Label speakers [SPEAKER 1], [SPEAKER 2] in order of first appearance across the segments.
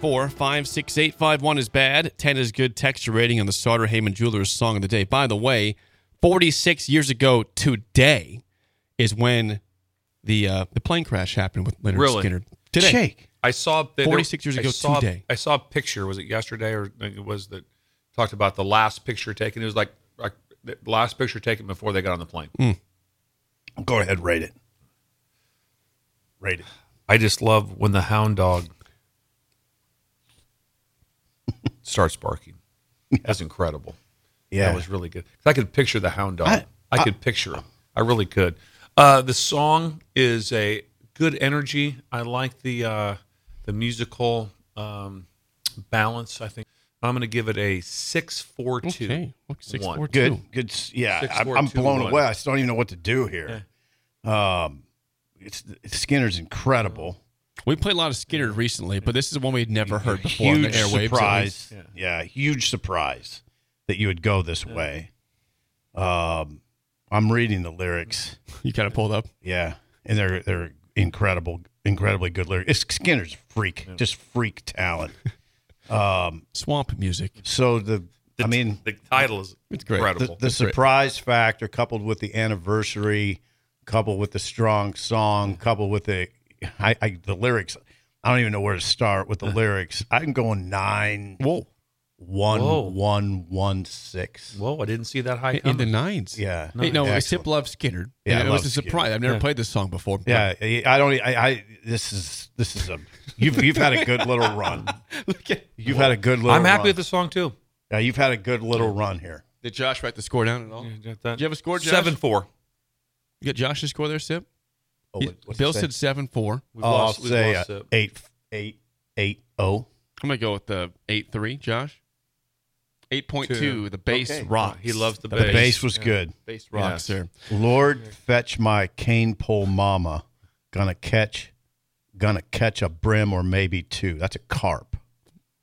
[SPEAKER 1] Four five six eight five one is bad. 10 is good texture rating on the Sarter Heyman Jewelers song of the day. By the way, 46 years ago today is when the uh, the plane crash happened with Leonard
[SPEAKER 2] Really?
[SPEAKER 1] Skinner. Today.
[SPEAKER 3] Jake.
[SPEAKER 2] I saw that there-
[SPEAKER 1] 46 years
[SPEAKER 2] I
[SPEAKER 1] ago
[SPEAKER 2] saw-
[SPEAKER 1] today.
[SPEAKER 2] I saw a picture. Was it yesterday or it was that talked about the last picture taken? It was like, like the last picture taken before they got on the plane.
[SPEAKER 1] Hmm.
[SPEAKER 3] Go ahead, rate it. Rate it.
[SPEAKER 2] I just love when the hound dog starts barking. That's incredible.
[SPEAKER 3] Yeah.
[SPEAKER 2] That was really good. 'Cause I could picture the hound dog. I,
[SPEAKER 3] I-
[SPEAKER 2] could picture him. I really could. Uh, the song is a good energy. I like the uh, the musical um, balance. I think I'm going to give it a six four two.
[SPEAKER 1] Okay. Look, six,
[SPEAKER 2] One.
[SPEAKER 1] four,
[SPEAKER 3] good.
[SPEAKER 1] two.
[SPEAKER 3] Good. s- Yeah.
[SPEAKER 2] Six,
[SPEAKER 3] I,
[SPEAKER 2] four,
[SPEAKER 3] I'm
[SPEAKER 2] two,
[SPEAKER 3] blown
[SPEAKER 2] one.
[SPEAKER 3] away. I still don't even know what to do here. Um, it's, it's Skinner's incredible.
[SPEAKER 1] We played a lot of Skinner recently, but this is one we'd never heard before on the
[SPEAKER 3] huge
[SPEAKER 1] airwaves. at least.
[SPEAKER 3] surprise. Yeah. huge surprise that you would go this way. Um, I'm reading the lyrics.
[SPEAKER 1] You kind of pulled up.
[SPEAKER 3] Yeah, and they're they're incredible, incredibly good lyrics. It's- Skinner's freak, just freak talent. um,
[SPEAKER 1] Swamp music.
[SPEAKER 3] so the, I mean,
[SPEAKER 2] the title is
[SPEAKER 1] It's great.
[SPEAKER 3] the,
[SPEAKER 2] incredible.
[SPEAKER 3] the surprise factor coupled with the anniversary, coupled with the strong song, coupled with the I, I the lyrics. I don't even know where to start with the lyrics. I'm going nine
[SPEAKER 1] Whoa.
[SPEAKER 3] one
[SPEAKER 2] Whoa.
[SPEAKER 3] one one six.
[SPEAKER 2] Whoa! I didn't see that high.
[SPEAKER 1] In the
[SPEAKER 2] coming.
[SPEAKER 1] nines.
[SPEAKER 3] Yeah,
[SPEAKER 1] Hey, no,
[SPEAKER 3] Excellent.
[SPEAKER 1] Sip loved Skinner.
[SPEAKER 3] Yeah,
[SPEAKER 1] and
[SPEAKER 3] I
[SPEAKER 1] it was
[SPEAKER 3] love
[SPEAKER 1] a
[SPEAKER 3] Skinner.
[SPEAKER 1] surprise. I've never
[SPEAKER 2] Yeah.
[SPEAKER 1] played this song before. but
[SPEAKER 3] Yeah, I don't. I, I this is this is a you've you've had a good little run.
[SPEAKER 1] Look at,
[SPEAKER 3] You've had a good little.
[SPEAKER 2] I'm happy
[SPEAKER 3] run.
[SPEAKER 2] with the song too.
[SPEAKER 3] Yeah, you've had a good little run here.
[SPEAKER 1] did Josh write the score down at all?
[SPEAKER 2] Did you
[SPEAKER 1] Did you have a score, Josh?
[SPEAKER 2] Seven four.
[SPEAKER 1] You got Josh's score there, Sip?
[SPEAKER 3] Oh,
[SPEAKER 1] He-
[SPEAKER 3] what- what's
[SPEAKER 1] Bill
[SPEAKER 3] it say?
[SPEAKER 1] said seven four.
[SPEAKER 2] We've
[SPEAKER 3] oh, I'll
[SPEAKER 2] lost- we've
[SPEAKER 3] say
[SPEAKER 2] lost,
[SPEAKER 3] uh,
[SPEAKER 2] uh,
[SPEAKER 3] eight eight eight oh.
[SPEAKER 1] I'm gonna go with the eight three, Josh. Eight point two.
[SPEAKER 2] Two.
[SPEAKER 1] The bass
[SPEAKER 3] Okay.
[SPEAKER 1] rocks.
[SPEAKER 2] He loves the
[SPEAKER 3] The
[SPEAKER 2] Bass,
[SPEAKER 3] bass was
[SPEAKER 2] yeah.
[SPEAKER 3] good.
[SPEAKER 1] Bass rocks
[SPEAKER 2] Yes.
[SPEAKER 1] there.
[SPEAKER 3] Lord, fetch my cane pole mama. Gonna catch, gonna catch a brim or maybe two. That's a carp.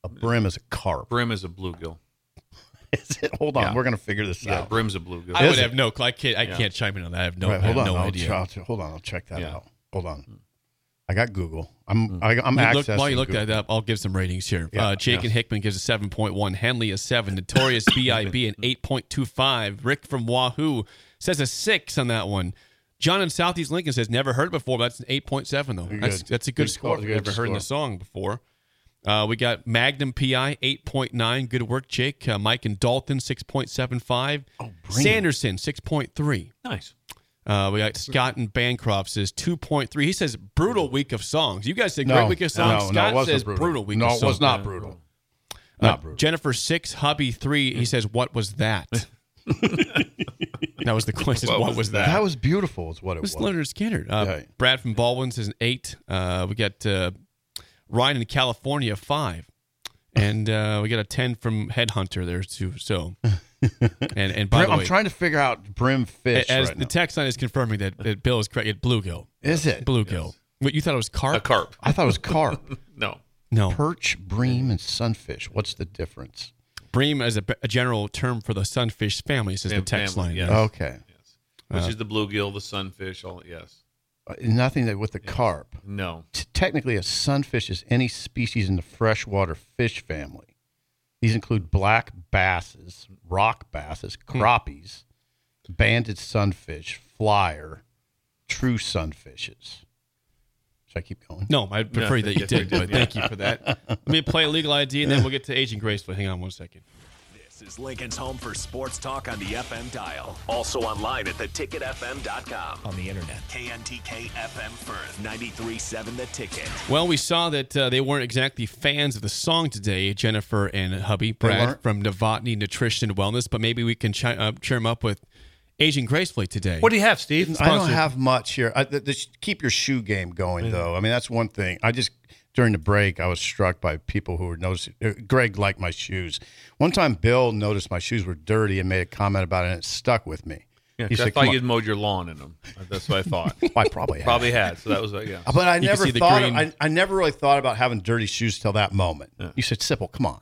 [SPEAKER 3] A brim is a carp.
[SPEAKER 2] Brim is a bluegill.
[SPEAKER 3] Is it? Hold on,
[SPEAKER 2] Yeah.
[SPEAKER 3] we're gonna figure this
[SPEAKER 2] Yeah,
[SPEAKER 3] out.
[SPEAKER 2] Brim's a bluegill.
[SPEAKER 1] I would
[SPEAKER 3] it?
[SPEAKER 1] have no. I can't. I
[SPEAKER 2] Yeah.
[SPEAKER 1] can't chime in on that. I have no.
[SPEAKER 3] Right,
[SPEAKER 1] I have
[SPEAKER 3] hold on,
[SPEAKER 1] no
[SPEAKER 3] I'll
[SPEAKER 1] idea.
[SPEAKER 3] try to- hold on, I'll check that
[SPEAKER 2] Yeah.
[SPEAKER 3] out. Hold on, I got Google. I'm I, I'm
[SPEAKER 1] You
[SPEAKER 3] accessing.
[SPEAKER 1] look- Hmm. while you look
[SPEAKER 3] Google.
[SPEAKER 1] that up, I'll give some ratings here.
[SPEAKER 3] Yeah.
[SPEAKER 1] uh, Jake
[SPEAKER 3] Yeah.
[SPEAKER 1] and Hickman gives a 7.1. Henley a 7. Notorious B.I.B. an 8.25. Rick from Wahoo says a 6 on that one. John in Southeast Lincoln says never heard it before. But that's an 8.7, though.
[SPEAKER 3] Very
[SPEAKER 1] That's,
[SPEAKER 3] good.
[SPEAKER 1] that's a good,
[SPEAKER 3] Good
[SPEAKER 1] score.
[SPEAKER 3] score,
[SPEAKER 1] I've
[SPEAKER 3] good
[SPEAKER 1] never heard
[SPEAKER 3] score.
[SPEAKER 1] the song before. Uh, we got Magnum PI 8.9. Good work, Jake. Uh, Mike and Dalton 6.75.
[SPEAKER 3] Oh, bring it.
[SPEAKER 1] Sanderson 6.3.
[SPEAKER 2] Nice.
[SPEAKER 1] Uh, we got Scott and Bancroft says 2.3. He says brutal week of songs. You guys said
[SPEAKER 3] No,
[SPEAKER 1] great week of songs.
[SPEAKER 3] no, no,
[SPEAKER 1] Scott
[SPEAKER 3] it wasn't
[SPEAKER 1] says brutal. week
[SPEAKER 3] No,
[SPEAKER 1] of
[SPEAKER 3] it
[SPEAKER 1] songs.
[SPEAKER 3] was not brutal.
[SPEAKER 1] Uh,
[SPEAKER 3] Not brutal.
[SPEAKER 1] Jennifer 6, Hubby 3. He says, What was that? that was the question. What, was that?
[SPEAKER 3] That was beautiful. Is what it
[SPEAKER 1] It was
[SPEAKER 3] was.
[SPEAKER 1] Leonard Skinner. Uh,
[SPEAKER 3] Yeah.
[SPEAKER 1] Brad from Baldwin says an 8. Uh, we got uh, Ryan in California, 5. And uh, we got a 10 from Headhunter there, too. So, and, and by
[SPEAKER 3] Brim,
[SPEAKER 1] the way,
[SPEAKER 3] I'm trying to figure out brim fish.
[SPEAKER 1] as
[SPEAKER 3] right
[SPEAKER 1] the
[SPEAKER 3] now.
[SPEAKER 1] text line is confirming that, that Bill is correct, it's bluegill.
[SPEAKER 3] is it?
[SPEAKER 1] Bluegill. What you thought it was carp?
[SPEAKER 2] A carp.
[SPEAKER 3] I thought it was carp.
[SPEAKER 2] No.
[SPEAKER 1] No,
[SPEAKER 3] perch, bream, and sunfish. What's the difference?
[SPEAKER 1] bream as a, a general term for the sunfish family says the
[SPEAKER 2] Fam-
[SPEAKER 1] text
[SPEAKER 2] family,
[SPEAKER 1] line.
[SPEAKER 2] yeah.
[SPEAKER 3] Okay,
[SPEAKER 2] Which is the bluegill, the sunfish, all yes.
[SPEAKER 3] Uh, nothing that with the carp.
[SPEAKER 2] No.
[SPEAKER 3] T- technically, a sunfish is any species in the freshwater fish family. These include black basses, rock basses, crappies, banded sunfish, flyer, true sunfishes. So I keep going.
[SPEAKER 1] No, I prefer
[SPEAKER 2] Yeah,
[SPEAKER 1] that you
[SPEAKER 2] yes, we
[SPEAKER 1] did,
[SPEAKER 2] did,
[SPEAKER 1] but
[SPEAKER 2] yeah.
[SPEAKER 1] thank you for that. Let me play Legal ID and then we'll get to Aging Gracefully. Hang on one second.
[SPEAKER 4] This is Lincoln's home for sports talk on the FM dial. Also online at theticketfm.com. On the internet. KNTK FM Firth, 93.7 The Ticket.
[SPEAKER 1] Well, we saw that uh, they weren't exactly fans of the song today, Jennifer and hubby Brad
[SPEAKER 3] weren't?
[SPEAKER 1] from Novotny Nutrition and Wellness, but maybe we can chi- uh, cheer them up with Aging Gracefully today.
[SPEAKER 2] What do you have, Steve?
[SPEAKER 3] I don't have much here. I, the, the, sh- keep your shoe game going, though. I mean, that's one thing. I just during the break, I was struck by people who were noticing. uh, Greg liked my shoes. One time, Bill noticed my shoes were dirty and made a comment about it, and it stuck with me.
[SPEAKER 2] Yeah,
[SPEAKER 3] He
[SPEAKER 2] 'cause I
[SPEAKER 3] said,
[SPEAKER 2] thought
[SPEAKER 3] "Come
[SPEAKER 2] you'd
[SPEAKER 3] on."
[SPEAKER 2] mowed your lawn in them. That's what I thought.
[SPEAKER 3] I probably have.
[SPEAKER 2] Probably had. So that was like, yeah.
[SPEAKER 3] But I
[SPEAKER 1] can
[SPEAKER 3] never
[SPEAKER 1] see the
[SPEAKER 3] thought.
[SPEAKER 1] green.
[SPEAKER 3] I, I never really thought about having dirty shoes till that moment. You said, "Sipple, come on."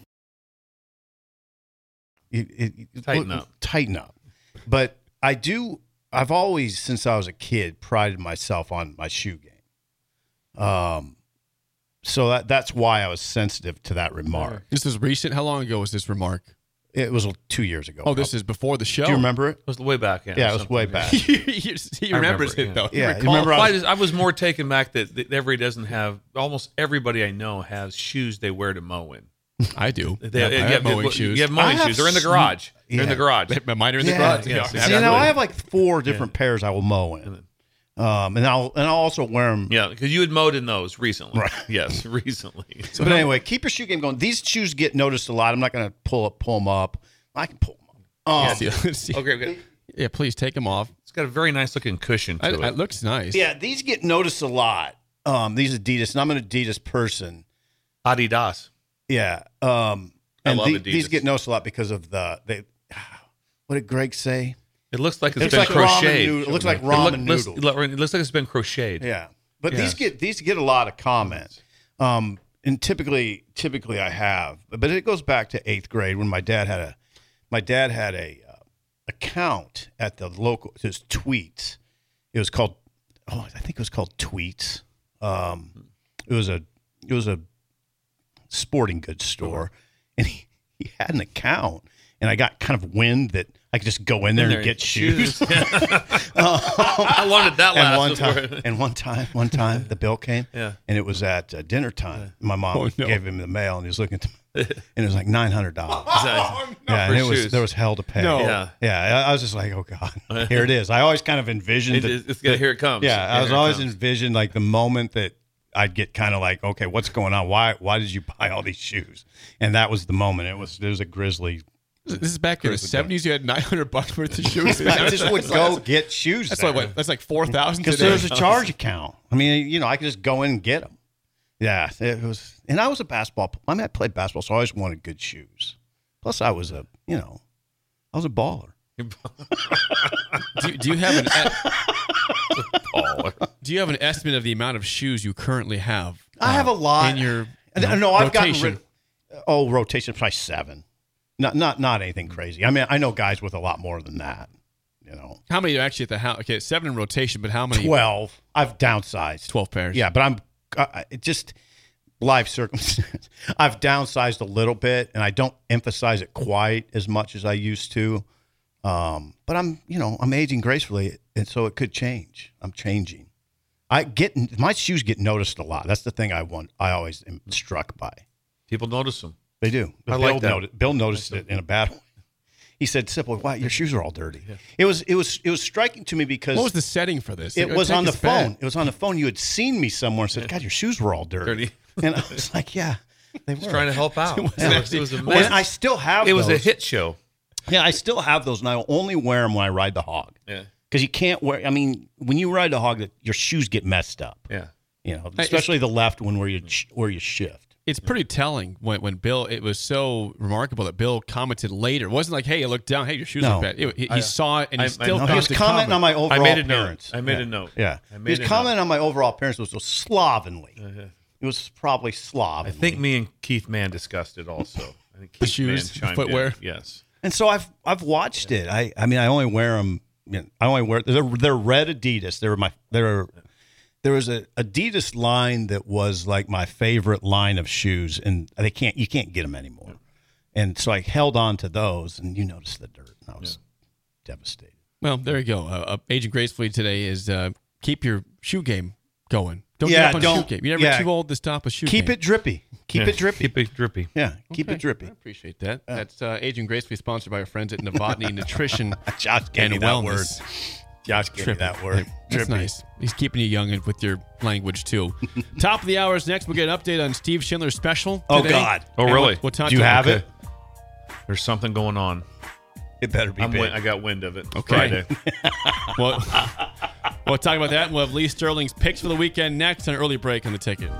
[SPEAKER 3] it, it- it-
[SPEAKER 2] Tighten
[SPEAKER 3] look-
[SPEAKER 2] up.
[SPEAKER 3] tighten up. But I do. I've always, since I was a kid, prided myself on my shoe game. Um, so that that's why I was sensitive to that remark.
[SPEAKER 1] This is recent. How long ago was this remark?
[SPEAKER 3] It was two years ago.
[SPEAKER 1] Oh, this is before the show.
[SPEAKER 3] Do you remember it?
[SPEAKER 2] It was way back. Yeah,
[SPEAKER 3] Yeah, it was
[SPEAKER 2] something.
[SPEAKER 3] way back.
[SPEAKER 1] he he- he
[SPEAKER 2] I
[SPEAKER 1] remembers
[SPEAKER 2] remember,
[SPEAKER 1] it, though. He
[SPEAKER 3] Yeah, you
[SPEAKER 1] recalls-
[SPEAKER 3] remember I
[SPEAKER 2] Well, I,
[SPEAKER 3] was-
[SPEAKER 2] was, I was more taken back that, that every doesn't have almost everybody I know has shoes they wear to mow in.
[SPEAKER 1] I do.
[SPEAKER 2] They,
[SPEAKER 1] Yeah,
[SPEAKER 2] you
[SPEAKER 1] I have
[SPEAKER 2] the-
[SPEAKER 1] mowing shoes.
[SPEAKER 2] You have mowing
[SPEAKER 3] I have
[SPEAKER 2] shoes. They're in the
[SPEAKER 3] sn-
[SPEAKER 2] garage. They're in
[SPEAKER 3] Yeah.
[SPEAKER 2] the garage.
[SPEAKER 1] Mine are in the
[SPEAKER 3] Yeah.
[SPEAKER 1] garage.
[SPEAKER 2] Yeah,
[SPEAKER 1] Yes,
[SPEAKER 2] see,
[SPEAKER 3] See, now
[SPEAKER 1] absolutely.
[SPEAKER 3] I have like four different pairs I will mow in, um, and I'll and I'll also wear them.
[SPEAKER 2] Yeah, because you had mowed in those recently.
[SPEAKER 3] Right.
[SPEAKER 2] Yes, recently.
[SPEAKER 3] So, but anyway, keep your shoe game going. These shoes get noticed a lot. I'm not going to pull up, pull them up. I can pull them up. Um,
[SPEAKER 1] Yeah, see- see-
[SPEAKER 2] Okay, okay.
[SPEAKER 1] Yeah, please take them off.
[SPEAKER 2] It's got a very nice looking cushion to
[SPEAKER 1] I,
[SPEAKER 2] it.
[SPEAKER 1] it looks nice.
[SPEAKER 3] Yeah, these get noticed a lot. Um, these Adidas, and I'm an Adidas person.
[SPEAKER 2] Adidas.
[SPEAKER 3] Yeah. Um,
[SPEAKER 2] I
[SPEAKER 3] and
[SPEAKER 2] love
[SPEAKER 3] the-
[SPEAKER 2] Adidas.
[SPEAKER 3] these get noticed a lot because of the they. What did Greg say?
[SPEAKER 2] It looks like
[SPEAKER 3] It's
[SPEAKER 2] it's been
[SPEAKER 3] like ramen
[SPEAKER 2] crocheted.
[SPEAKER 3] noodle- it looks like
[SPEAKER 2] It look-
[SPEAKER 3] ramen
[SPEAKER 2] looks-
[SPEAKER 3] noodle.
[SPEAKER 2] It looks like it's been crocheted.
[SPEAKER 3] Yeah, but
[SPEAKER 2] Yes.
[SPEAKER 3] these get these get a lot of comments. Um, and typically, typically I have, but it goes back to eighth grade when my dad had a my dad had a uh, account at the local his tweets. It was called oh I think it was called tweets. Um, it was a it was a sporting goods store, and he, he had an account. And I got kind of wind that I could just go in there, and get shoes.
[SPEAKER 2] How long did that
[SPEAKER 3] And
[SPEAKER 2] last?
[SPEAKER 3] one
[SPEAKER 2] before-
[SPEAKER 3] time, and one time, one time, the bill came.
[SPEAKER 2] Yeah.
[SPEAKER 3] And it was at uh, dinner time. My mom
[SPEAKER 1] Oh, no.
[SPEAKER 3] gave him the mail, and he was looking, at the, and it was like nine hundred dollars. yeah,
[SPEAKER 2] for
[SPEAKER 3] and it was
[SPEAKER 2] shoes.
[SPEAKER 3] there was hell to pay.
[SPEAKER 1] No.
[SPEAKER 2] Oh, Yeah.
[SPEAKER 3] yeah. I- I was just like, oh god, here it is. I always kind of envisioned.
[SPEAKER 2] It-
[SPEAKER 3] the-
[SPEAKER 2] it's, it's, here it comes.
[SPEAKER 3] yeah, I
[SPEAKER 2] Here
[SPEAKER 3] was
[SPEAKER 2] it
[SPEAKER 3] always
[SPEAKER 2] comes.
[SPEAKER 3] envisioned like the moment that I'd get kind of like, okay, what's going on? Why why did you buy all these shoes? And that was the moment. It was it was a grizzly.
[SPEAKER 1] This is back in the
[SPEAKER 3] Chris would
[SPEAKER 1] seventies. You had nine hundred bucks worth of shoes.
[SPEAKER 3] I
[SPEAKER 1] That's
[SPEAKER 3] just would go get shoes.
[SPEAKER 1] like
[SPEAKER 3] there.
[SPEAKER 1] what? That's like four thousand
[SPEAKER 3] because
[SPEAKER 1] today.
[SPEAKER 3] there's a charge account. I mean, you know, I could just go in and get them. Yeah, it was, and I was a basketball. p- I mean, I played basketball, so I always wanted good shoes. Plus, I was a, you know, I was a baller.
[SPEAKER 1] do, do you have an e- do you have an estimate of the amount of shoes you currently have?
[SPEAKER 3] I
[SPEAKER 1] uh,
[SPEAKER 3] have a lot
[SPEAKER 1] in your. you
[SPEAKER 3] No,
[SPEAKER 1] know,
[SPEAKER 3] no, I've
[SPEAKER 1] rotation?
[SPEAKER 3] gotten rid. Oh, rotation probably seven. Not not not anything crazy. I mean, I know guys with a lot more than that. You know,
[SPEAKER 1] How many are actually at the house? Okay, seven in rotation, but how many?
[SPEAKER 3] twelve. I've downsized.
[SPEAKER 1] 12 pairs.
[SPEAKER 3] Yeah, but I'm I, I- it just life circumstance. I've downsized a little bit, and I don't emphasize it quite as much as I used to. Um, but I'm, you know, I'm aging gracefully, and so it could change. I'm changing. I get my shoes get noticed a lot. That's the thing I want. I always am struck by.
[SPEAKER 2] People notice them.
[SPEAKER 3] They do.
[SPEAKER 2] I
[SPEAKER 3] Bill,
[SPEAKER 2] like that.
[SPEAKER 3] Noticed, Bill noticed it in a bad way. He said, "Simple, wow, your shoes are all dirty." It was, it was, it was striking to me because
[SPEAKER 1] What was the setting for this?
[SPEAKER 3] it was
[SPEAKER 2] "Oh,
[SPEAKER 1] Take
[SPEAKER 3] on the
[SPEAKER 1] us back.
[SPEAKER 3] phone. It was on the phone. You had seen me somewhere and said, God, your shoes were all dirty.
[SPEAKER 2] Dirty.
[SPEAKER 3] And I was like, yeah, they were.
[SPEAKER 2] Just trying to help out.
[SPEAKER 3] It was
[SPEAKER 2] It was-
[SPEAKER 3] actually-
[SPEAKER 2] it was a
[SPEAKER 3] and
[SPEAKER 2] mess.
[SPEAKER 3] I still have
[SPEAKER 2] It was a
[SPEAKER 3] those.
[SPEAKER 2] hit show.
[SPEAKER 3] Yeah, I still have those, and I only wear them when I ride the hog.
[SPEAKER 2] Yeah.
[SPEAKER 3] Because you can't wear, I mean, when you ride the hog, that your shoes get messed up.
[SPEAKER 2] Yeah.
[SPEAKER 3] You know,
[SPEAKER 1] it's-
[SPEAKER 3] especially the left one where you sh- where you shift.
[SPEAKER 1] It's pretty telling when, when Bill, it was so remarkable that Bill commented later. It wasn't like, hey, I looked down, hey, your shoes
[SPEAKER 3] No.
[SPEAKER 1] look bad. It- he he
[SPEAKER 2] I-
[SPEAKER 1] saw it and he
[SPEAKER 2] I- I
[SPEAKER 1] still
[SPEAKER 2] know.
[SPEAKER 3] No, he was
[SPEAKER 1] commented.
[SPEAKER 3] commenting on my overall
[SPEAKER 2] I made a note.
[SPEAKER 3] appearance.
[SPEAKER 2] I made
[SPEAKER 3] yeah.
[SPEAKER 2] a note.
[SPEAKER 3] Yeah,
[SPEAKER 2] I
[SPEAKER 3] he
[SPEAKER 2] made
[SPEAKER 3] was
[SPEAKER 2] a note. Uh-huh.
[SPEAKER 3] commenting on my overall appearance was so slovenly. It was probably
[SPEAKER 2] I
[SPEAKER 3] slovenly.
[SPEAKER 2] think me and Keith Mann discussed it also. I think Keith
[SPEAKER 1] The shoes,
[SPEAKER 2] Mann chimed
[SPEAKER 1] footwear.
[SPEAKER 2] in. Yes.
[SPEAKER 3] And so I've I've watched it. I I mean I only wear them. You know, I only wear they're they're red Adidas. They were my they were there was a Adidas line that was like my favorite line of shoes, and they can't you can't get them anymore. And so I held on to those, and you noticed the dirt, and I was devastated.
[SPEAKER 1] Well, there you go. Uh, uh, Agent Gracefully today is uh, keep your shoe game going. Don't give
[SPEAKER 3] Yeah,
[SPEAKER 1] up on
[SPEAKER 3] don't-
[SPEAKER 1] shoe game. You're never
[SPEAKER 3] yeah.
[SPEAKER 1] too old to stop a shoe
[SPEAKER 3] keep
[SPEAKER 1] game.
[SPEAKER 3] it drippy. Keep
[SPEAKER 2] Yeah.
[SPEAKER 3] it drippy.
[SPEAKER 2] Keep it drippy.
[SPEAKER 3] yeah, keep
[SPEAKER 1] Okay.
[SPEAKER 3] it drippy.
[SPEAKER 1] I appreciate that. That's uh, Agent Gracefully sponsored by our friends at Novotny Nutrition
[SPEAKER 3] Josh gave
[SPEAKER 1] and
[SPEAKER 3] me that word.
[SPEAKER 1] Wellness.
[SPEAKER 3] Josh gave me that word.
[SPEAKER 1] That's
[SPEAKER 3] Drippy.
[SPEAKER 1] nice. He's keeping you young and with your language too. Top of the hour is next. We'll get an update on Steve Schindler's special.
[SPEAKER 3] Oh,
[SPEAKER 1] today.
[SPEAKER 3] God.
[SPEAKER 2] Oh,
[SPEAKER 1] And
[SPEAKER 2] really?
[SPEAKER 1] What, what time
[SPEAKER 3] Do you have
[SPEAKER 1] okay.
[SPEAKER 3] it?
[SPEAKER 2] There's something going on.
[SPEAKER 3] It better be
[SPEAKER 2] I'm
[SPEAKER 3] big.
[SPEAKER 2] win- I got wind of it.
[SPEAKER 1] Okay.
[SPEAKER 2] Friday.
[SPEAKER 1] Well, we'll talk about that. and We'll have Lee Sterling's picks for the weekend next. An early break on the ticket.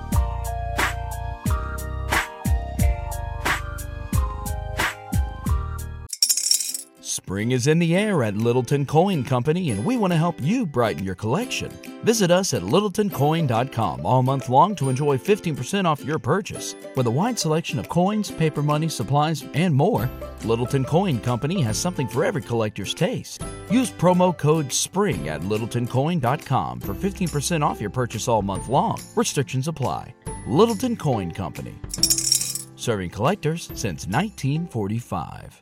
[SPEAKER 5] Spring is in the air at Littleton Coin Company, and we want to help you brighten your collection. Visit us at littletoncoin.com all month long to enjoy 15% off your purchase. With a wide selection of coins, paper money, supplies, and more, Littleton Coin Company has something for every collector's taste. Use promo code SPRING at littletoncoin.com for 15% off your purchase all month long. Restrictions apply. Littleton Coin Company, serving collectors since 1945.